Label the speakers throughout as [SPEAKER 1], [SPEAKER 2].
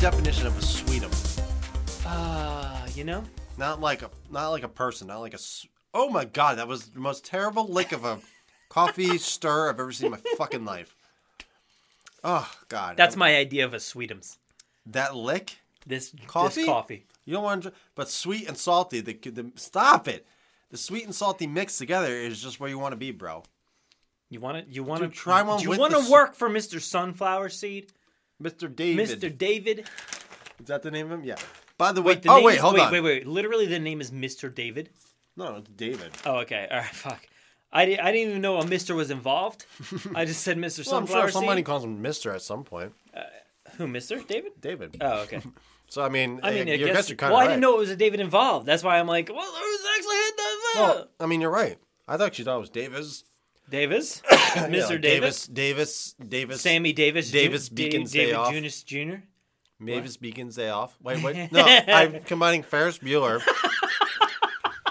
[SPEAKER 1] definition of a sweetum?
[SPEAKER 2] Uh, you know?
[SPEAKER 1] Not like a not like a person. Not like a. s- Oh my god, that was the most terrible lick of a coffee stir I've ever seen in my fucking life. Oh god,
[SPEAKER 2] That's my idea of a sweetums.
[SPEAKER 1] that lick.
[SPEAKER 2] This
[SPEAKER 1] Coffee?
[SPEAKER 2] This coffee.
[SPEAKER 1] You don't want to, but sweet and salty. The, the stop it. The sweet and salty mixed together is just where you want to be, bro.
[SPEAKER 2] You want to you want to
[SPEAKER 1] Dude, try one
[SPEAKER 2] Do you
[SPEAKER 1] with
[SPEAKER 2] want
[SPEAKER 1] the s-
[SPEAKER 2] to work for Mr. Sunflower Seed,
[SPEAKER 1] Mr. David.
[SPEAKER 2] Mr. David?
[SPEAKER 1] Is that the name of him? Yeah. By the way,
[SPEAKER 2] The
[SPEAKER 1] oh
[SPEAKER 2] name
[SPEAKER 1] wait,
[SPEAKER 2] is-
[SPEAKER 1] hold
[SPEAKER 2] wait,
[SPEAKER 1] on.
[SPEAKER 2] Wait, wait, Literally, the name is Mr. David.
[SPEAKER 1] No, it's David.
[SPEAKER 2] Oh, okay. All right. Fuck. I, di- I didn't even know a Mister was involved. I just said Mister
[SPEAKER 1] Well, I'm
[SPEAKER 2] Sunflower
[SPEAKER 1] sure somebody
[SPEAKER 2] Seed.
[SPEAKER 1] calls him Mister at some point.
[SPEAKER 2] Who Mister David?
[SPEAKER 1] David.
[SPEAKER 2] Oh, okay.
[SPEAKER 1] so I mean, eh,
[SPEAKER 2] I mean, I
[SPEAKER 1] you
[SPEAKER 2] guess.
[SPEAKER 1] guess you're
[SPEAKER 2] Well,
[SPEAKER 1] kind of right.
[SPEAKER 2] I didn't know it was a David involved. That's why I'm like, well, who's actually in the
[SPEAKER 1] Well, I mean, you're right. I thought she thought it was Davis.
[SPEAKER 2] Davis,
[SPEAKER 1] Yeah,
[SPEAKER 2] Mister
[SPEAKER 1] like
[SPEAKER 2] Davis,
[SPEAKER 1] Davis. Davis.
[SPEAKER 2] Sammy Davis, Ju-
[SPEAKER 1] Davis
[SPEAKER 2] Da-
[SPEAKER 1] Beacon's Day
[SPEAKER 2] David
[SPEAKER 1] Off.
[SPEAKER 2] Junis Jr.
[SPEAKER 1] Mavis Beacon's day off. Wait, wait. No, I'm combining Ferris Bueller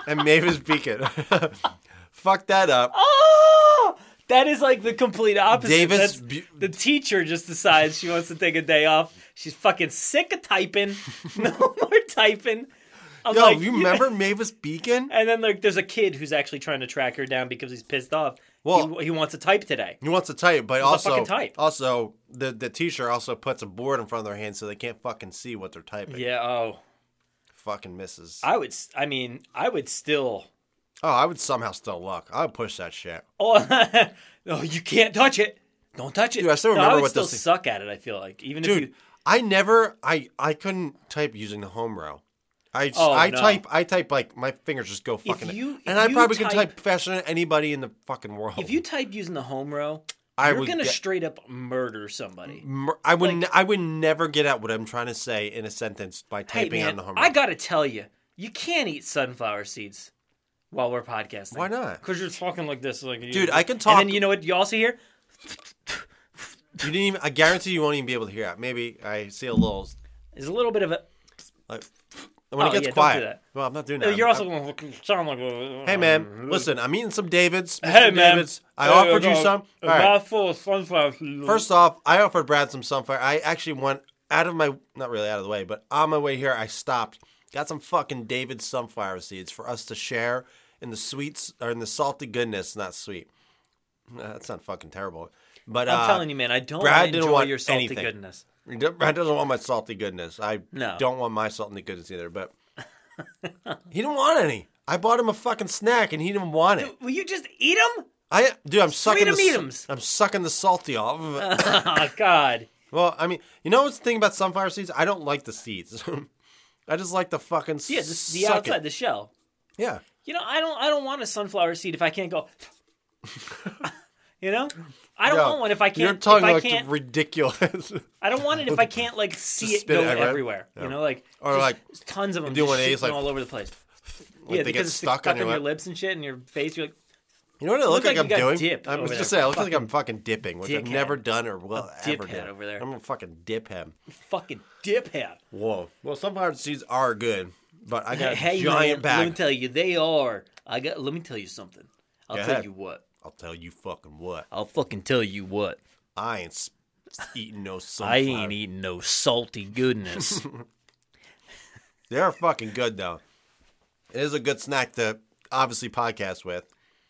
[SPEAKER 1] and Mavis Beacon. Fuck that up.
[SPEAKER 2] Oh, that is like the complete opposite.
[SPEAKER 1] Davis
[SPEAKER 2] That's-
[SPEAKER 1] Bu-
[SPEAKER 2] the teacher just decides she wants to take a day off. She's fucking sick of typing. No more typing. I'm
[SPEAKER 1] Yo,
[SPEAKER 2] like,
[SPEAKER 1] you remember Mavis Beacon?
[SPEAKER 2] And then like, there's a kid who's actually trying to track her down because he's pissed off.
[SPEAKER 1] Well-
[SPEAKER 2] he, he wants to type today.
[SPEAKER 1] He wants to type, but
[SPEAKER 2] wants to
[SPEAKER 1] also,
[SPEAKER 2] fucking type.
[SPEAKER 1] also the the teacher also puts a board in front of their hand so they can't fucking see what they're typing.
[SPEAKER 2] Yeah. Oh,
[SPEAKER 1] Fucking misses.
[SPEAKER 2] I would. s- I mean, I would still.
[SPEAKER 1] oh, I would somehow still look. I would push that shit.
[SPEAKER 2] Oh, no, you can't touch it. Don't touch it.
[SPEAKER 1] Dude, I still
[SPEAKER 2] No,
[SPEAKER 1] remember
[SPEAKER 2] would
[SPEAKER 1] what
[SPEAKER 2] still
[SPEAKER 1] this-
[SPEAKER 2] suck at it. I feel like even if
[SPEAKER 1] Dude,
[SPEAKER 2] you.
[SPEAKER 1] I never, I I couldn't type using the home row. I
[SPEAKER 2] Oh,
[SPEAKER 1] I
[SPEAKER 2] no.
[SPEAKER 1] type I type like my fingers just go fucking.
[SPEAKER 2] you-
[SPEAKER 1] and
[SPEAKER 2] if
[SPEAKER 1] I
[SPEAKER 2] you
[SPEAKER 1] probably can
[SPEAKER 2] type-
[SPEAKER 1] type faster than anybody in the fucking world.
[SPEAKER 2] If you type using the home row,
[SPEAKER 1] I
[SPEAKER 2] you're
[SPEAKER 1] would
[SPEAKER 2] gonna
[SPEAKER 1] get-
[SPEAKER 2] straight up murder somebody.
[SPEAKER 1] Mer- I would ne- I would never get at what I'm trying to say in a sentence by
[SPEAKER 2] Hey
[SPEAKER 1] typing on
[SPEAKER 2] man,
[SPEAKER 1] the home row.
[SPEAKER 2] I gotta tell you, you can't eat sunflower seeds while we're podcasting.
[SPEAKER 1] Why not?
[SPEAKER 2] Because you're talking like this, like you-
[SPEAKER 1] Dude, I can
[SPEAKER 2] And
[SPEAKER 1] talk-
[SPEAKER 2] then you know what? You also hear
[SPEAKER 1] you didn't even. I guarantee you won't even be able to hear that. Maybe I see a little.
[SPEAKER 2] there's a little bit of a.
[SPEAKER 1] Like, when
[SPEAKER 2] Oh,
[SPEAKER 1] it gets
[SPEAKER 2] yeah, don't do
[SPEAKER 1] quiet.
[SPEAKER 2] that.
[SPEAKER 1] Well, I'm not doing that.
[SPEAKER 2] No,
[SPEAKER 1] I'm-
[SPEAKER 2] you're also
[SPEAKER 1] I'm-
[SPEAKER 2] going to sound like. a- um,
[SPEAKER 1] hey man, listen. I'm eating some Davids.
[SPEAKER 2] Hey
[SPEAKER 1] Mr.
[SPEAKER 2] man,
[SPEAKER 1] Davids. I
[SPEAKER 2] Hey,
[SPEAKER 1] offered you
[SPEAKER 2] got
[SPEAKER 1] some.
[SPEAKER 2] A
[SPEAKER 1] All right.
[SPEAKER 2] mouthful of sunflower. seeds.
[SPEAKER 1] First off, I offered Brad some sunflower. I actually went out of my not really out of the way, but on my way here, I stopped, got some fucking David sunflower seeds for us to share in the sweets or in the salty goodness, not sweet. Uh, That's not fucking terrible. But
[SPEAKER 2] I'm
[SPEAKER 1] uh,
[SPEAKER 2] telling you, man, I don't
[SPEAKER 1] Brad
[SPEAKER 2] want to
[SPEAKER 1] didn't
[SPEAKER 2] enjoy
[SPEAKER 1] want
[SPEAKER 2] your salty
[SPEAKER 1] anything.
[SPEAKER 2] goodness.
[SPEAKER 1] Brad doesn't want my salty goodness. I
[SPEAKER 2] No.
[SPEAKER 1] don't want my salty goodness either. But he didn't want any. I bought him a fucking snack and he didn't want it.
[SPEAKER 2] Will you just eat them?
[SPEAKER 1] I dude, I'm sucking the,
[SPEAKER 2] Sweet-em-eatums.
[SPEAKER 1] s- I'm sucking the salty off.
[SPEAKER 2] oh God.
[SPEAKER 1] Well, I mean, you know what's the thing about sunflower seeds? I don't like the seeds. I just like the fucking
[SPEAKER 2] Yeah, just the
[SPEAKER 1] suck
[SPEAKER 2] outside,
[SPEAKER 1] It.
[SPEAKER 2] the shell.
[SPEAKER 1] Yeah,
[SPEAKER 2] You know, I don't. I don't want a sunflower seed if I can't go. you know, I don't
[SPEAKER 1] Yeah.
[SPEAKER 2] want one if I can't.
[SPEAKER 1] You're talking
[SPEAKER 2] if I
[SPEAKER 1] like the
[SPEAKER 2] can't,
[SPEAKER 1] ridiculous.
[SPEAKER 2] I don't want it if I can't like see
[SPEAKER 1] Just
[SPEAKER 2] it
[SPEAKER 1] spit it
[SPEAKER 2] go
[SPEAKER 1] everywhere.
[SPEAKER 2] everywhere. You know, like
[SPEAKER 1] Or,
[SPEAKER 2] just
[SPEAKER 1] like,
[SPEAKER 2] tons of them
[SPEAKER 1] do
[SPEAKER 2] just
[SPEAKER 1] one of these,
[SPEAKER 2] shooting
[SPEAKER 1] like,
[SPEAKER 2] all over the place.
[SPEAKER 1] like
[SPEAKER 2] yeah,
[SPEAKER 1] they
[SPEAKER 2] because
[SPEAKER 1] get
[SPEAKER 2] it's
[SPEAKER 1] stuck, on your, lip.
[SPEAKER 2] lips and shit and your face. You're like,
[SPEAKER 1] You know what I look,
[SPEAKER 2] look like
[SPEAKER 1] like,
[SPEAKER 2] you got
[SPEAKER 1] I'm doing?
[SPEAKER 2] dipped
[SPEAKER 1] I'm
[SPEAKER 2] over
[SPEAKER 1] just
[SPEAKER 2] there.
[SPEAKER 1] saying, I look like I'm fucking dipping, which I've
[SPEAKER 2] dickhead.
[SPEAKER 1] never done or will ever
[SPEAKER 2] diphead
[SPEAKER 1] do.
[SPEAKER 2] over there.
[SPEAKER 1] I'm a fucking diphead.
[SPEAKER 2] fucking diphead.
[SPEAKER 1] Whoa. Well, sunflower seeds are good, but I got a
[SPEAKER 2] Hey
[SPEAKER 1] giant
[SPEAKER 2] man, let
[SPEAKER 1] bag.
[SPEAKER 2] me tell you, they are. I got. Let me tell you something. I'll
[SPEAKER 1] Go
[SPEAKER 2] tell
[SPEAKER 1] ahead.
[SPEAKER 2] you what.
[SPEAKER 1] I'll tell you fucking what.
[SPEAKER 2] I'll fucking tell you what.
[SPEAKER 1] I ain't s- eating no sunflower.
[SPEAKER 2] I ain't eating no salty goodness.
[SPEAKER 1] They're fucking good though. It is a good snack to obviously podcast with.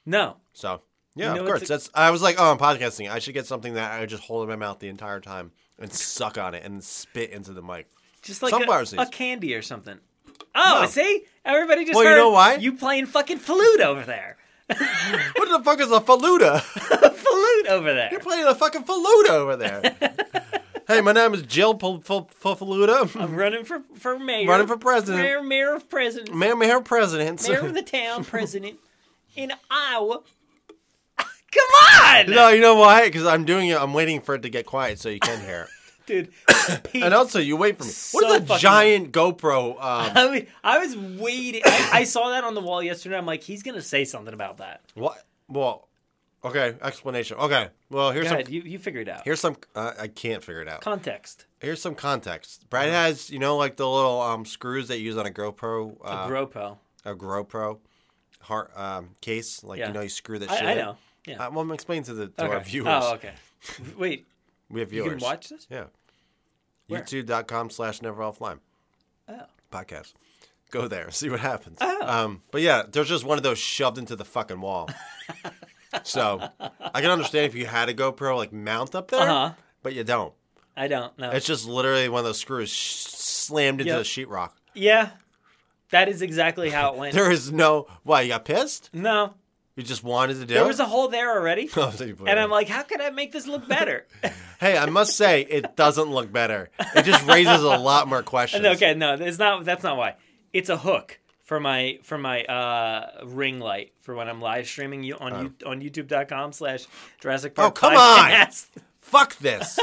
[SPEAKER 2] no,
[SPEAKER 1] So yeah, of
[SPEAKER 2] know, it's
[SPEAKER 1] course.
[SPEAKER 2] a-
[SPEAKER 1] That's I was like, oh, I'm podcasting. I should get something that I just hold in my mouth the entire time and suck on it and spit into the mic.
[SPEAKER 2] Just like
[SPEAKER 1] Sunflower
[SPEAKER 2] a,
[SPEAKER 1] seeds.
[SPEAKER 2] a candy or something. Oh,
[SPEAKER 1] No.
[SPEAKER 2] see? Everybody just
[SPEAKER 1] Well, you
[SPEAKER 2] heard
[SPEAKER 1] know why?
[SPEAKER 2] you playing fucking flute over there.
[SPEAKER 1] What the fuck is a faluda?
[SPEAKER 2] flute over there.
[SPEAKER 1] You're playing a fucking faluda over there. hey, my name is Jill P- F- F- Faluda.
[SPEAKER 2] I'm running for, for mayor.
[SPEAKER 1] Running for president.
[SPEAKER 2] Mayor, mayor of president.
[SPEAKER 1] Mayor, mayor, president.
[SPEAKER 2] Mayor of the town president in Iowa. Come on!
[SPEAKER 1] no, you know why? Because I'm doing it. I'm waiting for it to get quiet so you can hear it.
[SPEAKER 2] Dude. Pete,
[SPEAKER 1] And also, you wait for me. What is
[SPEAKER 2] So
[SPEAKER 1] a
[SPEAKER 2] fucking-
[SPEAKER 1] giant GoPro? Um,
[SPEAKER 2] I, mean, I was waiting. I, I saw that on the wall yesterday. I'm like, he's going to say something about that.
[SPEAKER 1] what? Well, okay. Explanation. Okay. Well, here's
[SPEAKER 2] Go
[SPEAKER 1] some.
[SPEAKER 2] ahead. You, you figure it out.
[SPEAKER 1] Here's some. Uh, I can't figure it out.
[SPEAKER 2] Context.
[SPEAKER 1] Here's some context. Brad
[SPEAKER 2] Uh-huh.
[SPEAKER 1] has, you know, like the little um, screws that you use on a GoPro, uh,
[SPEAKER 2] Gropo.
[SPEAKER 1] a, GoPro heart um, case. Like
[SPEAKER 2] Yeah.
[SPEAKER 1] you know, you screw that shit.
[SPEAKER 2] I, I
[SPEAKER 1] in.
[SPEAKER 2] know. Yeah.
[SPEAKER 1] Uh, well, I'm explaining to the to our
[SPEAKER 2] Okay.
[SPEAKER 1] viewers.
[SPEAKER 2] Oh, okay. Wait,
[SPEAKER 1] We have
[SPEAKER 2] you
[SPEAKER 1] viewers.
[SPEAKER 2] can watch this?
[SPEAKER 1] Yeah.
[SPEAKER 2] Where?
[SPEAKER 1] YouTube.com slash never offline
[SPEAKER 2] Oh.
[SPEAKER 1] podcast. Go there, see what happens. Um, but yeah, there's just one of those shoved into the fucking wall. so I can understand if you had a GoPro like mount up there,
[SPEAKER 2] Uh-huh.
[SPEAKER 1] but you don't.
[SPEAKER 2] I don't know.
[SPEAKER 1] It's just literally one of those screws sh- slammed into
[SPEAKER 2] Yep.
[SPEAKER 1] the sheetrock.
[SPEAKER 2] yeah, that is exactly how it went.
[SPEAKER 1] There is no. Why you got pissed?
[SPEAKER 2] no,
[SPEAKER 1] You just wanted to do.
[SPEAKER 2] there
[SPEAKER 1] it?
[SPEAKER 2] was a hole there already,
[SPEAKER 1] Oh, so you put
[SPEAKER 2] and
[SPEAKER 1] it in.
[SPEAKER 2] I'm like, how could I make this look better?
[SPEAKER 1] hey, I must say it doesn't look better. It just raises a lot more questions.
[SPEAKER 2] No, okay, no, it's not. That's not why. It's a hook for my for my uh, ring light for when I'm live streaming you on you, on YouTube.com/slash Jurassic Park.
[SPEAKER 1] Oh. come on!
[SPEAKER 2] podcast.
[SPEAKER 1] Fuck this.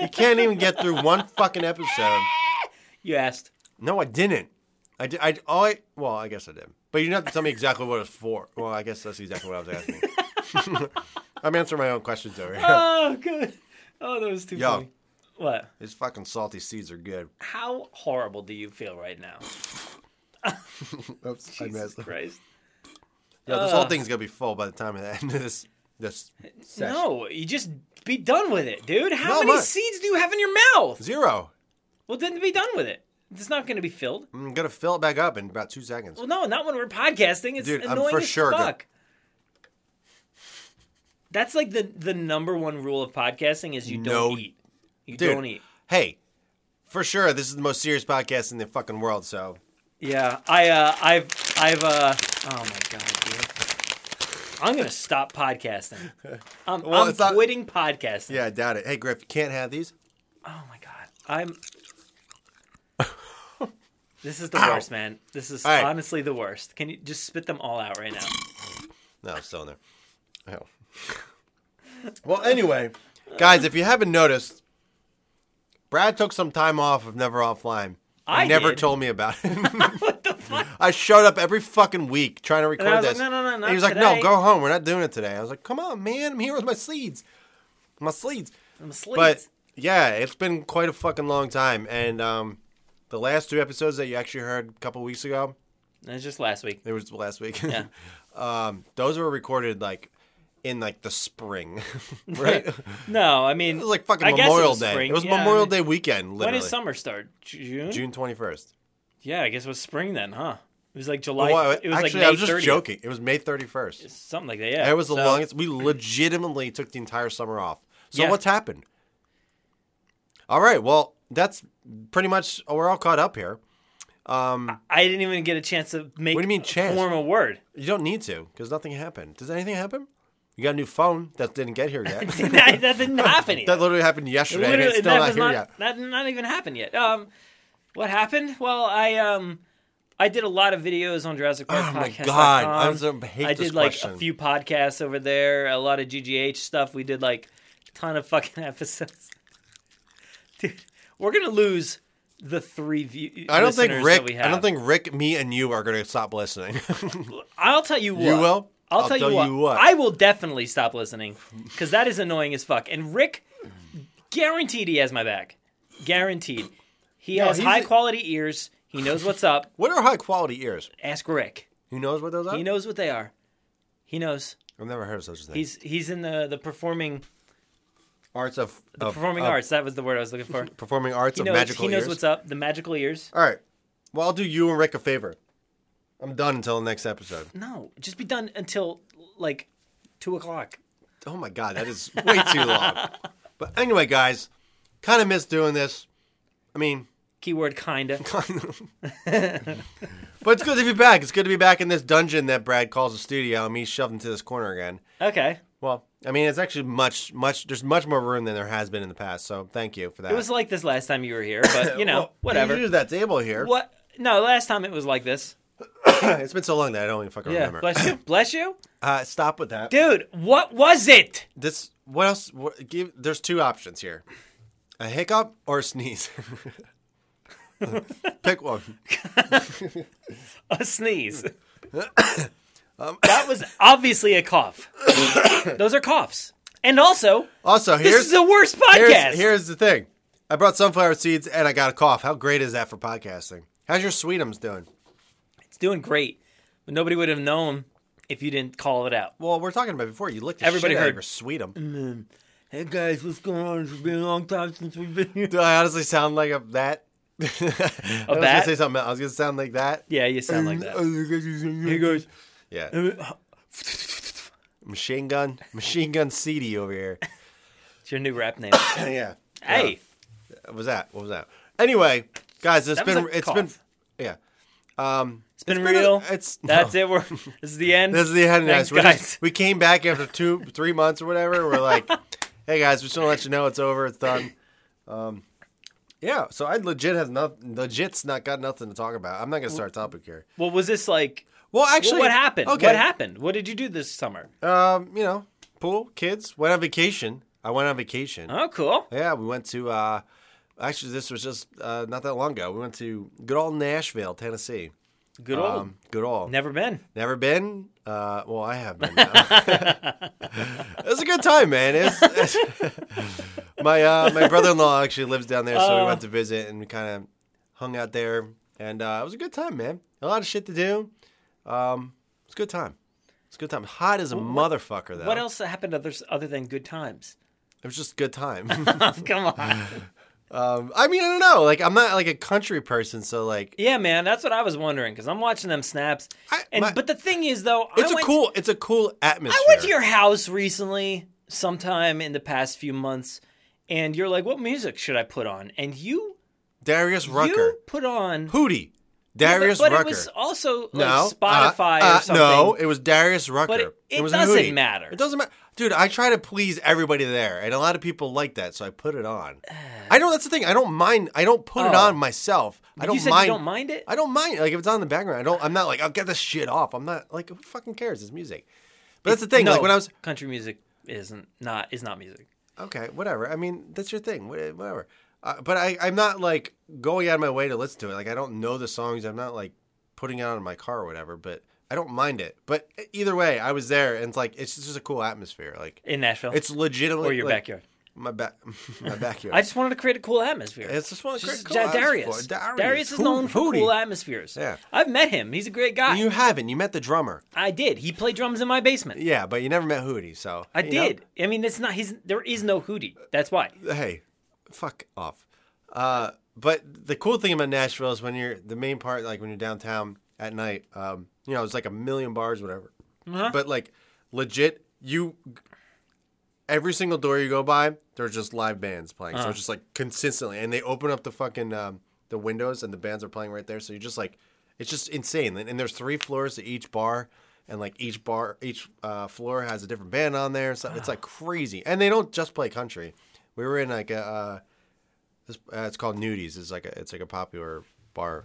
[SPEAKER 1] you can't even get through one fucking episode.
[SPEAKER 2] You asked.
[SPEAKER 1] No, I didn't. I did. I, all I well, I guess I did. But you don't have to tell me exactly what it's for. Well, I guess that's exactly what I was asking. I'm answering my own questions over here.
[SPEAKER 2] Oh, good. Oh, that was too
[SPEAKER 1] Yo.
[SPEAKER 2] funny. What?
[SPEAKER 1] These fucking salty seeds are good.
[SPEAKER 2] How horrible do you feel right now?
[SPEAKER 1] Oops, I
[SPEAKER 2] Jesus
[SPEAKER 1] messed up.
[SPEAKER 2] Christ.
[SPEAKER 1] Yo, this whole
[SPEAKER 2] Ugh.
[SPEAKER 1] thing's gonna be full by the time of the end of this this session.
[SPEAKER 2] No, you just be done with it, dude. How
[SPEAKER 1] No,
[SPEAKER 2] many
[SPEAKER 1] look.
[SPEAKER 2] seeds do you have in your mouth?
[SPEAKER 1] Zero.
[SPEAKER 2] Well, then be done with it. It's not going to be filled.
[SPEAKER 1] I'm gonna fill it back up in about two seconds.
[SPEAKER 2] Well, no, not when we're podcasting. It's
[SPEAKER 1] Dude, I'm
[SPEAKER 2] annoying
[SPEAKER 1] for
[SPEAKER 2] as
[SPEAKER 1] sure gonna-
[SPEAKER 2] fuck. That's like the the number one rule of podcasting is you don't
[SPEAKER 1] No.
[SPEAKER 2] eat. You
[SPEAKER 1] Dude.
[SPEAKER 2] don't eat.
[SPEAKER 1] Hey, for sure, this is the most serious podcast in the fucking world. So
[SPEAKER 2] Yeah, I uh, I've I've uh, oh my god, dude. I'm gonna stop podcasting. I'm,
[SPEAKER 1] Well,
[SPEAKER 2] I'm
[SPEAKER 1] it's not-
[SPEAKER 2] quitting podcasting.
[SPEAKER 1] yeah, I doubt it. Hey, Griff, you can't have these.
[SPEAKER 2] Oh my god, I'm. this is the
[SPEAKER 1] Ow.
[SPEAKER 2] worst, man. This is
[SPEAKER 1] All right.
[SPEAKER 2] honestly the worst. Can you just spit them all out right now?
[SPEAKER 1] No, it's still in there. Oh. well, anyway, guys, if you haven't noticed, Brad took some time off of Never Offline.
[SPEAKER 2] I
[SPEAKER 1] He never
[SPEAKER 2] did.
[SPEAKER 1] told me about it.
[SPEAKER 2] what the fuck?
[SPEAKER 1] I showed up every fucking week trying to record
[SPEAKER 2] I was like,
[SPEAKER 1] this.
[SPEAKER 2] "No, no, no,
[SPEAKER 1] And
[SPEAKER 2] not
[SPEAKER 1] he was like,
[SPEAKER 2] today."
[SPEAKER 1] "No, go home. We're not doing it today." I was like, "Come on, man. I'm here with my sleeves, my sleeves."
[SPEAKER 2] I'm asleep.
[SPEAKER 1] But yeah, it's been quite a fucking long time, and um, the last two episodes that you actually heard a couple weeks ago,
[SPEAKER 2] That's just last week.
[SPEAKER 1] it was last week.
[SPEAKER 2] Yeah.
[SPEAKER 1] um, those were recorded like in like the spring, right? it
[SPEAKER 2] No, I mean,
[SPEAKER 1] was like fucking
[SPEAKER 2] I guess it
[SPEAKER 1] Memorial
[SPEAKER 2] was
[SPEAKER 1] Day.
[SPEAKER 2] spring,
[SPEAKER 1] It was
[SPEAKER 2] yeah, I
[SPEAKER 1] Memorial
[SPEAKER 2] mean-
[SPEAKER 1] Day weekend. Literally,
[SPEAKER 2] When did summer start? June?
[SPEAKER 1] June twenty first.
[SPEAKER 2] Yeah, I guess it was spring then, huh? It was like July. it was
[SPEAKER 1] actually,
[SPEAKER 2] like May
[SPEAKER 1] I was just
[SPEAKER 2] 30th.
[SPEAKER 1] joking. It was May thirty first.
[SPEAKER 2] Something like that. Yeah.
[SPEAKER 1] It was the
[SPEAKER 2] So,
[SPEAKER 1] longest. We legitimately took the entire summer off. So
[SPEAKER 2] Yeah.
[SPEAKER 1] what's happened? All right. Well, that's pretty much. We're all caught up here.
[SPEAKER 2] I didn't even get a chance to make.
[SPEAKER 1] What do you mean chance?
[SPEAKER 2] Form a word.
[SPEAKER 1] You don't need to because nothing happened. Does anything happen? You got a new phone that didn't get here yet.
[SPEAKER 2] that, that didn't happen. yet.
[SPEAKER 1] that literally happened yesterday. and it's
[SPEAKER 2] Literally,
[SPEAKER 1] still
[SPEAKER 2] that
[SPEAKER 1] not
[SPEAKER 2] was
[SPEAKER 1] here yet.
[SPEAKER 2] not, that not even happened yet. Um, what happened? Well, I um, I did a lot of videos on Jurassic Park.
[SPEAKER 1] Oh my
[SPEAKER 2] podcast.com.
[SPEAKER 1] God, I'm so- I hate
[SPEAKER 2] I
[SPEAKER 1] this
[SPEAKER 2] did like a
[SPEAKER 1] question.
[SPEAKER 2] few podcasts over there, a lot of GGH stuff. We did like a ton of fucking episodes. Dude, we're gonna lose the three view.
[SPEAKER 1] I don't think
[SPEAKER 2] listeners that
[SPEAKER 1] Rick.
[SPEAKER 2] We have.
[SPEAKER 1] I don't think Rick, me, and you are going to stop listening.
[SPEAKER 2] I'll tell you what.
[SPEAKER 1] you will.
[SPEAKER 2] I'll, tell, you, what, I will definitely stop listening because that is annoying as fuck. And Rick, guaranteed he has my back. Guaranteed. He has
[SPEAKER 1] he's
[SPEAKER 2] high
[SPEAKER 1] the-
[SPEAKER 2] quality ears. He knows what's up.
[SPEAKER 1] what are high quality ears?
[SPEAKER 2] Ask Rick.
[SPEAKER 1] Who knows what those are?
[SPEAKER 2] He knows what they are. He knows.
[SPEAKER 1] I've never heard of such a thing.
[SPEAKER 2] He's he's in the the performing
[SPEAKER 1] arts of,
[SPEAKER 2] the
[SPEAKER 1] of-
[SPEAKER 2] performing
[SPEAKER 1] of-
[SPEAKER 2] arts. That was the word I was looking for.
[SPEAKER 1] Performing arts
[SPEAKER 2] He
[SPEAKER 1] of
[SPEAKER 2] knows,
[SPEAKER 1] magical
[SPEAKER 2] he knows
[SPEAKER 1] ears.
[SPEAKER 2] what's up. The magical ears.
[SPEAKER 1] All right. Well, I'll do you and Rick a favor. I'm done until the next episode.
[SPEAKER 2] No, just be done until like two o'clock.
[SPEAKER 1] Oh my god, that is way too long. But anyway, guys, kind of miss doing this. I mean,
[SPEAKER 2] Keyword kinda.
[SPEAKER 1] but it's good to be back. It's good to be back in this dungeon that Brad calls a studio, and me shoved into this corner again.
[SPEAKER 2] Okay.
[SPEAKER 1] Well, I mean, it's actually much, much. There's much more room than there has been in the past. So thank you for that.
[SPEAKER 2] It was like this last time you were here, but you know
[SPEAKER 1] Well,
[SPEAKER 2] whatever.
[SPEAKER 1] You use that table here.
[SPEAKER 2] What? No, last time it was like this.
[SPEAKER 1] It's been so long that I don't even fucking
[SPEAKER 2] Yeah,
[SPEAKER 1] remember.
[SPEAKER 2] bless you, bless you,
[SPEAKER 1] Uh, stop with that.
[SPEAKER 2] dude. What was it?
[SPEAKER 1] This. What else? What, give, there's two options here: a hiccup or a sneeze. Pick one.
[SPEAKER 2] A sneeze. that was obviously a cough. Those are coughs. And also,
[SPEAKER 1] Also,
[SPEAKER 2] this
[SPEAKER 1] here's
[SPEAKER 2] is the worst podcast.
[SPEAKER 1] Here's, here's the thing. I brought sunflower seeds and I got a cough. How great is that for podcasting? How's your sweetums doing?
[SPEAKER 2] It's doing great, but nobody would have known if you didn't call it out.
[SPEAKER 1] Well, we're talking about before you licked. The
[SPEAKER 2] Everybody
[SPEAKER 1] shit out of
[SPEAKER 2] heard.
[SPEAKER 1] your sweetum.
[SPEAKER 2] Hey guys, what's going on? It's been a long time since we've been here.
[SPEAKER 1] Do I honestly sound like a that? a I was gonna
[SPEAKER 2] bat?
[SPEAKER 1] say something. else. I was gonna sound like that.
[SPEAKER 2] Yeah, you sound like that. Hey
[SPEAKER 1] that.
[SPEAKER 2] guys.
[SPEAKER 1] Yeah,
[SPEAKER 2] It's
[SPEAKER 1] machine gun, machine gun, CD over here.
[SPEAKER 2] your new rap name.
[SPEAKER 1] yeah.
[SPEAKER 2] Hey,
[SPEAKER 1] What was that? What was that? Anyway, guys, it's
[SPEAKER 2] That was
[SPEAKER 1] been
[SPEAKER 2] a
[SPEAKER 1] it's been
[SPEAKER 2] cough.
[SPEAKER 1] yeah. Um,
[SPEAKER 2] it's been
[SPEAKER 1] it's been a-
[SPEAKER 2] real.
[SPEAKER 1] it's-
[SPEAKER 2] That's
[SPEAKER 1] no.
[SPEAKER 2] it. We're this is the end.
[SPEAKER 1] this is the end,
[SPEAKER 2] Thanks,
[SPEAKER 1] guys. We're
[SPEAKER 2] guys.
[SPEAKER 1] Just, we came back after two, three months or whatever. We're like, hey guys, we just want to let you know it's over, it's done. Um, yeah. So I legit have nothing. Legit's not got nothing to talk about. I'm not gonna start a topic here.
[SPEAKER 2] Well, was this like?
[SPEAKER 1] Well,
[SPEAKER 2] well,
[SPEAKER 1] actually,
[SPEAKER 2] what happened?
[SPEAKER 1] Okay.
[SPEAKER 2] What happened? What did you do this summer?
[SPEAKER 1] Um, you know, pool, kids. Went on vacation. I went on vacation.
[SPEAKER 2] Oh, cool.
[SPEAKER 1] Yeah, we went to. Uh, actually, this was just uh, not that long ago. We went to good old Nashville, Tennessee.
[SPEAKER 2] Good old.
[SPEAKER 1] Um, good old.
[SPEAKER 2] Never been.
[SPEAKER 1] Never been. Uh, well, I have been. Now. it was a good time, man. It's, it's- my uh, my brother in law actually lives down there, so we
[SPEAKER 2] Oh.
[SPEAKER 1] went to visit and we kind of hung out there, and uh, it was a good time, man. A lot of shit to do. Um, it's a good time. It's a good time. Hot as a motherfucker, though.
[SPEAKER 2] What else happened other other than good times?
[SPEAKER 1] It was just a good time.
[SPEAKER 2] Oh, come on.
[SPEAKER 1] um, I mean, I don't know. Like, I'm not like a country person, so like,
[SPEAKER 2] Yeah, man, that's what I was wondering because I'm watching them snaps.
[SPEAKER 1] I-
[SPEAKER 2] and
[SPEAKER 1] my-
[SPEAKER 2] but the thing is, though,
[SPEAKER 1] it's
[SPEAKER 2] I
[SPEAKER 1] a
[SPEAKER 2] went
[SPEAKER 1] cool, it's a cool atmosphere.
[SPEAKER 2] I went to your house recently, sometime in the past few months, and you're like, "What music should I put on?" And you
[SPEAKER 1] Darius Rucker,
[SPEAKER 2] you put on
[SPEAKER 1] Hootie, Darius
[SPEAKER 2] but, but
[SPEAKER 1] Rucker.
[SPEAKER 2] it was also like
[SPEAKER 1] No,
[SPEAKER 2] Spotify
[SPEAKER 1] uh, uh,
[SPEAKER 2] or something.
[SPEAKER 1] No, it was Darius Rucker.
[SPEAKER 2] But it- it
[SPEAKER 1] a
[SPEAKER 2] doesn't
[SPEAKER 1] hoodie.
[SPEAKER 2] matter.
[SPEAKER 1] It doesn't matter, dude. I try to please everybody there, and a lot of people like that, so I put it on. I know that's the thing. I don't mind. I don't put it
[SPEAKER 2] Oh.
[SPEAKER 1] on myself. I don't
[SPEAKER 2] you said
[SPEAKER 1] mind.
[SPEAKER 2] you don't mind it.
[SPEAKER 1] I don't mind. Like if it's on in the background, I don't. I'm not like I'll get this shit off. I'm not like who fucking cares? It's music. But that's the thing.
[SPEAKER 2] No,
[SPEAKER 1] Like when I was
[SPEAKER 2] country music isn't not is not music.
[SPEAKER 1] okay, whatever. I mean that's your thing. wha- Whatever. Uh, but I, I'm not like going out of my way to listen to it. Like I don't know the songs. I'm not like putting it on in my car or whatever. But I don't mind it. But e, either way, I was there, and it's like it's just a cool atmosphere. Like
[SPEAKER 2] In Nashville,
[SPEAKER 1] it's legitimately
[SPEAKER 2] or your
[SPEAKER 1] like,
[SPEAKER 2] backyard.
[SPEAKER 1] My back, my backyard.
[SPEAKER 2] I just wanted to create a cool atmosphere.
[SPEAKER 1] it's just one of the
[SPEAKER 2] Just
[SPEAKER 1] great cool
[SPEAKER 2] Ja- Darius.
[SPEAKER 1] atmosphere.
[SPEAKER 2] Darius. is
[SPEAKER 1] Who-
[SPEAKER 2] known for
[SPEAKER 1] Hootie.
[SPEAKER 2] cool atmospheres.
[SPEAKER 1] Yeah.
[SPEAKER 2] I've met him. He's a great guy.
[SPEAKER 1] You haven't. You met the drummer.
[SPEAKER 2] I did. He played drums in my basement.
[SPEAKER 1] Yeah, but you never met Hootie. So
[SPEAKER 2] I
[SPEAKER 1] you know.
[SPEAKER 2] did. I mean, it's not his. There is no Hootie. That's why.
[SPEAKER 1] hey, fuck off. Uh, but the cool thing about Nashville is when you're the main part, like when you're downtown at night, um, you know, it's like a million bars, whatever.
[SPEAKER 2] Uh-huh.
[SPEAKER 1] But like legit, you every single door you go by, there's just live bands playing.
[SPEAKER 2] Uh-huh.
[SPEAKER 1] So it's just like consistently, and they open up the fucking um, the windows, and the bands are playing right there. So you're just like, it's just insane. And, and there's three floors to each bar. And like each bar, each uh, floor has a different band on there. So it's like crazy. And they don't just play country. We were in like a, uh, this, uh, it's called Nudies. It's like a, it's like a popular bar.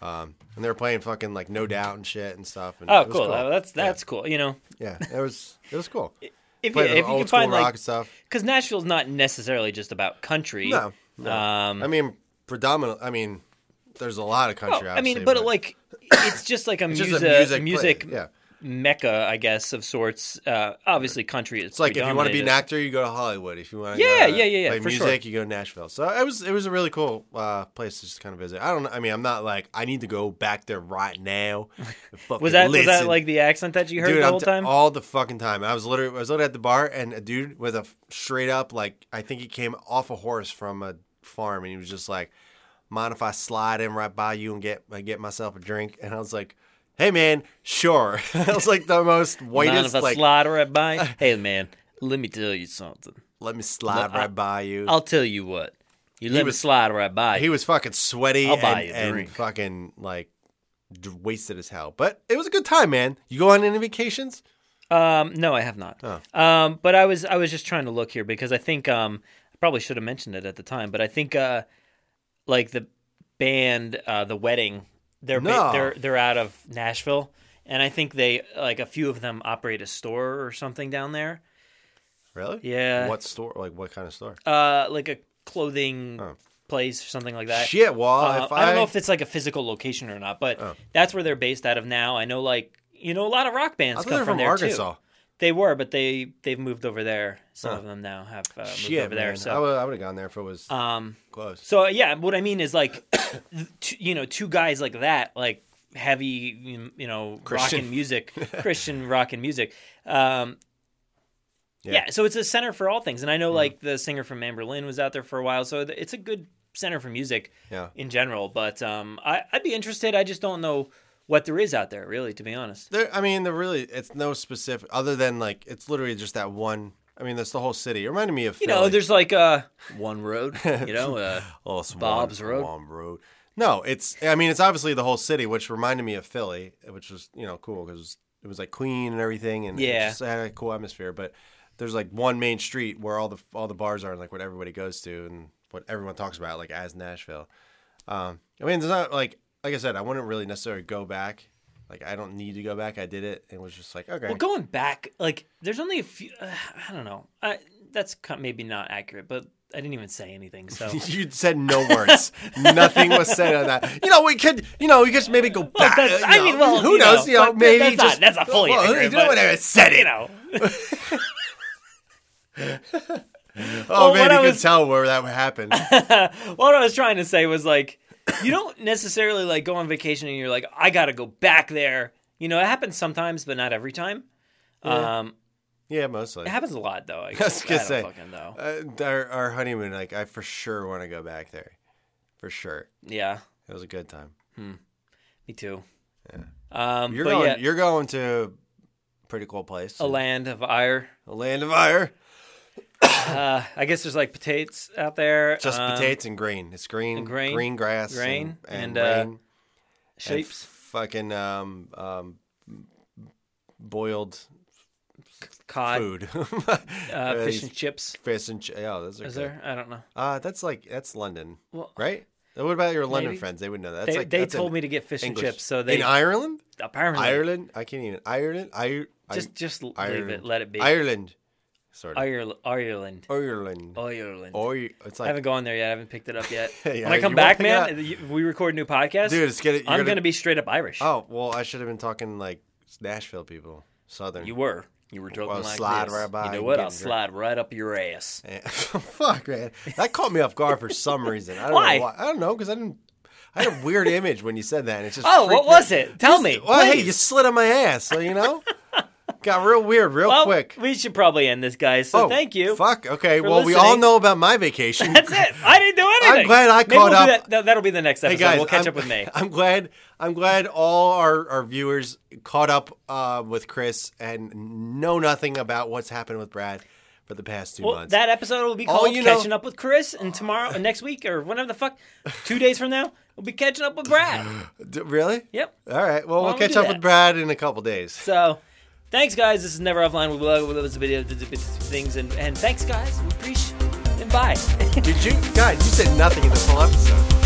[SPEAKER 1] Um, and they were playing fucking like No Doubt and shit and stuff. And
[SPEAKER 2] Oh,
[SPEAKER 1] it was
[SPEAKER 2] cool. Uh, That's that's cool. You know,
[SPEAKER 1] yeah, it was it was cool.
[SPEAKER 2] if you,
[SPEAKER 1] Played
[SPEAKER 2] if you
[SPEAKER 1] old
[SPEAKER 2] can
[SPEAKER 1] school
[SPEAKER 2] find
[SPEAKER 1] rock
[SPEAKER 2] like,
[SPEAKER 1] and stuff.
[SPEAKER 2] because Nashville's not necessarily just about country.
[SPEAKER 1] No, no.
[SPEAKER 2] Um,
[SPEAKER 1] I mean, predominant. I mean, there's a lot of country.
[SPEAKER 2] well, I mean,
[SPEAKER 1] obviously,
[SPEAKER 2] but like, it's just like a
[SPEAKER 1] just a
[SPEAKER 2] music
[SPEAKER 1] music
[SPEAKER 2] music,
[SPEAKER 1] place, yeah.
[SPEAKER 2] mecca, I guess, of sorts. Uh, obviously, country is
[SPEAKER 1] it's like if you want to be an
[SPEAKER 2] predominated.
[SPEAKER 1] actor, you go to Hollywood. If you want,
[SPEAKER 2] Yeah,
[SPEAKER 1] go,
[SPEAKER 2] yeah, yeah, yeah,
[SPEAKER 1] Play
[SPEAKER 2] for sure.
[SPEAKER 1] music, you go to Nashville. So it was it was a really cool uh, place to just kind of visit. I don't. I mean, I'm not like I need to go back there right now.
[SPEAKER 2] Was
[SPEAKER 1] listen.
[SPEAKER 2] that was that like the accent that you heard
[SPEAKER 1] Dude,
[SPEAKER 2] the
[SPEAKER 1] I'm
[SPEAKER 2] whole
[SPEAKER 1] t-
[SPEAKER 2] time?
[SPEAKER 1] all the fucking time. I was literally, I was literally at the bar, and a dude with a f- straight up, like, I think he came off a horse from a farm, and he was just like, "Mind if I slide in right by you and get I get myself a drink?" And I was like, "Hey, man, sure." I was like the most
[SPEAKER 2] Mind if
[SPEAKER 1] whitest,
[SPEAKER 2] I
[SPEAKER 1] like,
[SPEAKER 2] slide right by? Hey, man, let me tell you something.
[SPEAKER 1] "Let me slide
[SPEAKER 2] I-
[SPEAKER 1] right by you."
[SPEAKER 2] I'll tell you what. You let me
[SPEAKER 1] was-
[SPEAKER 2] slide right by.
[SPEAKER 1] he was fucking sweaty
[SPEAKER 2] I'll buy
[SPEAKER 1] and,
[SPEAKER 2] you a
[SPEAKER 1] and
[SPEAKER 2] drink.
[SPEAKER 1] fucking like d- wasted as hell. But it was a good time, man. You go on any vacations?
[SPEAKER 2] Um, no, I have not. Um, but I was I was just trying to look here because I think um, I probably should have mentioned it at the time, but I think uh, like the band uh, the wedding they're ba-
[SPEAKER 1] No.
[SPEAKER 2] they're they're out of Nashville, and I think they like a few of them operate a store or something down there.
[SPEAKER 1] Really?
[SPEAKER 2] Yeah.
[SPEAKER 1] What store? Like what kind of store?
[SPEAKER 2] Uh, like a clothing
[SPEAKER 1] Oh.
[SPEAKER 2] place or something like that.
[SPEAKER 1] Shit, well,
[SPEAKER 2] Uh,
[SPEAKER 1] if Oh.
[SPEAKER 2] I don't know if it's like a physical location or not, but that's where they're based out of now. I know like you know a lot of rock bands
[SPEAKER 1] I thought
[SPEAKER 2] come
[SPEAKER 1] they were
[SPEAKER 2] from,
[SPEAKER 1] from
[SPEAKER 2] there too.
[SPEAKER 1] Arkansas.
[SPEAKER 2] They were, but they they've moved over there. Some of them now have uh, moved
[SPEAKER 1] Shit,
[SPEAKER 2] over there.
[SPEAKER 1] man. I
[SPEAKER 2] So,
[SPEAKER 1] would, I would have gone there if it was
[SPEAKER 2] um,
[SPEAKER 1] close.
[SPEAKER 2] so yeah, what I mean is like, th- two, you know, two guys like that, like heavy, you know, rock
[SPEAKER 1] Christian.
[SPEAKER 2] and music, Christian rock and music. Um, Yeah. so it's a center for all things, and I know
[SPEAKER 1] Mm-hmm.
[SPEAKER 2] like the singer from Anne Berlin was out there for a while, so th- it's a good center for music
[SPEAKER 1] Yeah.
[SPEAKER 2] in general. But um, I, I'd be interested. I just don't know what there is out there, really, to be honest.
[SPEAKER 1] There, I mean, there really, it's no specific other than like it's literally just that one. I mean, that's the whole city. It reminded me of
[SPEAKER 2] You
[SPEAKER 1] Philly.
[SPEAKER 2] know, there's like uh, one road. You know, uh,
[SPEAKER 1] oh, Swan-
[SPEAKER 2] Bob's Road.
[SPEAKER 1] Swan Road. No, it's. I mean, it's obviously the whole city, which reminded me of Philly, which was you know cool because it was like Queen and everything, and
[SPEAKER 2] Yeah.
[SPEAKER 1] it just had a cool atmosphere. But there's like one main street where all the all the bars are, and like what everybody goes to, and what everyone talks about, like as Nashville. Um, I mean, there's not like like I said, I wouldn't really necessarily go back. Like I don't need to go back. I did it, and was just like okay.
[SPEAKER 2] well, going back, like there's only a few. Uh, I don't know. I, that's ki- maybe not accurate, but I didn't even say anything. So
[SPEAKER 1] You said no words. Nothing was said on that. You know, we could, you know, we could maybe go back.
[SPEAKER 2] that's-
[SPEAKER 1] you
[SPEAKER 2] I mean,
[SPEAKER 1] know,
[SPEAKER 2] well,
[SPEAKER 1] who
[SPEAKER 2] you know,
[SPEAKER 1] knows? You know,
[SPEAKER 2] but
[SPEAKER 1] maybe
[SPEAKER 2] that's not-
[SPEAKER 1] just
[SPEAKER 2] that's not fully
[SPEAKER 1] Well,
[SPEAKER 2] accurate,
[SPEAKER 1] you know
[SPEAKER 2] but-
[SPEAKER 1] what I said it.
[SPEAKER 2] you know,
[SPEAKER 1] oh
[SPEAKER 2] well,
[SPEAKER 1] man,
[SPEAKER 2] when
[SPEAKER 1] you
[SPEAKER 2] I
[SPEAKER 1] can
[SPEAKER 2] was-
[SPEAKER 1] tell where that happened.
[SPEAKER 2] what I was trying to say was like, you don't necessarily like go on vacation and you're like, I gotta go back there. You know, it happens sometimes, but not every time. Um,
[SPEAKER 1] yeah, mostly.
[SPEAKER 2] it happens a lot though. I,
[SPEAKER 1] I was
[SPEAKER 2] guess. I
[SPEAKER 1] gonna
[SPEAKER 2] don't
[SPEAKER 1] say.
[SPEAKER 2] fucking know.
[SPEAKER 1] Uh, our, our honeymoon, like I for sure want to go back there, for sure.
[SPEAKER 2] Yeah,
[SPEAKER 1] It was a good time.
[SPEAKER 2] me too. Um,
[SPEAKER 1] You're
[SPEAKER 2] but
[SPEAKER 1] going.
[SPEAKER 2] yeah,
[SPEAKER 1] You're going to a pretty cool place.
[SPEAKER 2] a land of ire.
[SPEAKER 1] A land of fire.
[SPEAKER 2] Uh, I guess there's like potatoes out there.
[SPEAKER 1] Just
[SPEAKER 2] um,
[SPEAKER 1] potatoes and green. It's green,
[SPEAKER 2] and grain-
[SPEAKER 1] green grass,
[SPEAKER 2] grain
[SPEAKER 1] and,
[SPEAKER 2] and, uh,
[SPEAKER 1] rain. and
[SPEAKER 2] shapes,
[SPEAKER 1] fucking um, um, boiled
[SPEAKER 2] cod,
[SPEAKER 1] food,
[SPEAKER 2] uh,
[SPEAKER 1] Uh,
[SPEAKER 2] fish and chips.
[SPEAKER 1] fish and ch- yeah, oh, those are
[SPEAKER 2] Is
[SPEAKER 1] good.
[SPEAKER 2] there? I don't know.
[SPEAKER 1] Uh, that's like that's London,
[SPEAKER 2] Well,
[SPEAKER 1] right? What about your London
[SPEAKER 2] Maybe.
[SPEAKER 1] friends? They would know that. That's
[SPEAKER 2] they
[SPEAKER 1] like,
[SPEAKER 2] they
[SPEAKER 1] that's
[SPEAKER 2] told
[SPEAKER 1] in
[SPEAKER 2] me to get fish
[SPEAKER 1] English.
[SPEAKER 2] and chips, so they
[SPEAKER 1] in Ireland,
[SPEAKER 2] apparently
[SPEAKER 1] Ireland. I can't even Ireland. I
[SPEAKER 2] just just leave
[SPEAKER 1] Ireland.
[SPEAKER 2] it, let it be.
[SPEAKER 1] Ireland, sort of
[SPEAKER 2] Ireland, Ireland,
[SPEAKER 1] Ireland.
[SPEAKER 2] Ireland.
[SPEAKER 1] Or it's
[SPEAKER 2] I haven't
[SPEAKER 1] Oh, like,
[SPEAKER 2] gone there yet. I haven't picked it up yet.
[SPEAKER 1] Yeah,
[SPEAKER 2] when I come
[SPEAKER 1] you
[SPEAKER 2] back,
[SPEAKER 1] won't pick it
[SPEAKER 2] man, if we record a new podcast.
[SPEAKER 1] dude, it's gonna. You're
[SPEAKER 2] I'm gonna be straight up Irish.
[SPEAKER 1] Oh well, I should have been talking like Nashville people, Southern.
[SPEAKER 2] You were. You were joking
[SPEAKER 1] Well,
[SPEAKER 2] like
[SPEAKER 1] slide
[SPEAKER 2] this.
[SPEAKER 1] right by
[SPEAKER 2] You know
[SPEAKER 1] and
[SPEAKER 2] what?
[SPEAKER 1] get
[SPEAKER 2] I'll
[SPEAKER 1] drunk.
[SPEAKER 2] slide right up your ass.
[SPEAKER 1] Eh, Fuck, man, that caught me off guard for some reason. I don't
[SPEAKER 2] Why?
[SPEAKER 1] know why. I don't know because I didn't. I had a weird image when you said that. And it's just
[SPEAKER 2] Oh,
[SPEAKER 1] freaked
[SPEAKER 2] what
[SPEAKER 1] me-
[SPEAKER 2] was it? Tell me.
[SPEAKER 1] Well, hey,
[SPEAKER 2] please.
[SPEAKER 1] you slid on my ass, so you know. Got real weird, real
[SPEAKER 2] Well,
[SPEAKER 1] quick.
[SPEAKER 2] We should probably end this, guys. So
[SPEAKER 1] Oh,
[SPEAKER 2] thank you.
[SPEAKER 1] Fuck. Okay.
[SPEAKER 2] for
[SPEAKER 1] Well, we all
[SPEAKER 2] listening.
[SPEAKER 1] know about my vacation.
[SPEAKER 2] That's it. I didn't do anything.
[SPEAKER 1] glad I
[SPEAKER 2] Maybe
[SPEAKER 1] caught
[SPEAKER 2] we'll do
[SPEAKER 1] up.
[SPEAKER 2] That, that- that'll be the next
[SPEAKER 1] Hey
[SPEAKER 2] episode.
[SPEAKER 1] guys,
[SPEAKER 2] we'll catch
[SPEAKER 1] I'm-
[SPEAKER 2] up with me.
[SPEAKER 1] I'm glad. I'm glad all our, our viewers caught up uh, with Chris and know nothing about what's happened with Brad for the past two
[SPEAKER 2] Well,
[SPEAKER 1] months.
[SPEAKER 2] that episode will be
[SPEAKER 1] All
[SPEAKER 2] called
[SPEAKER 1] you know-
[SPEAKER 2] "Catching Up with Chris," and tomorrow, and next week, or whenever the fuck, two days from now, we'll be catching up with Brad.
[SPEAKER 1] D- really?
[SPEAKER 2] Yep.
[SPEAKER 1] All right. Well, we'll
[SPEAKER 2] don't we
[SPEAKER 1] catch
[SPEAKER 2] do
[SPEAKER 1] up
[SPEAKER 2] that?
[SPEAKER 1] with Brad in a couple days.
[SPEAKER 2] So, thanks, guys. This is Never Offline. We love we love this video, this- this- things, and, and thanks, guys. We appreciate and bye.
[SPEAKER 1] Did you, guys? You said nothing in this whole episode.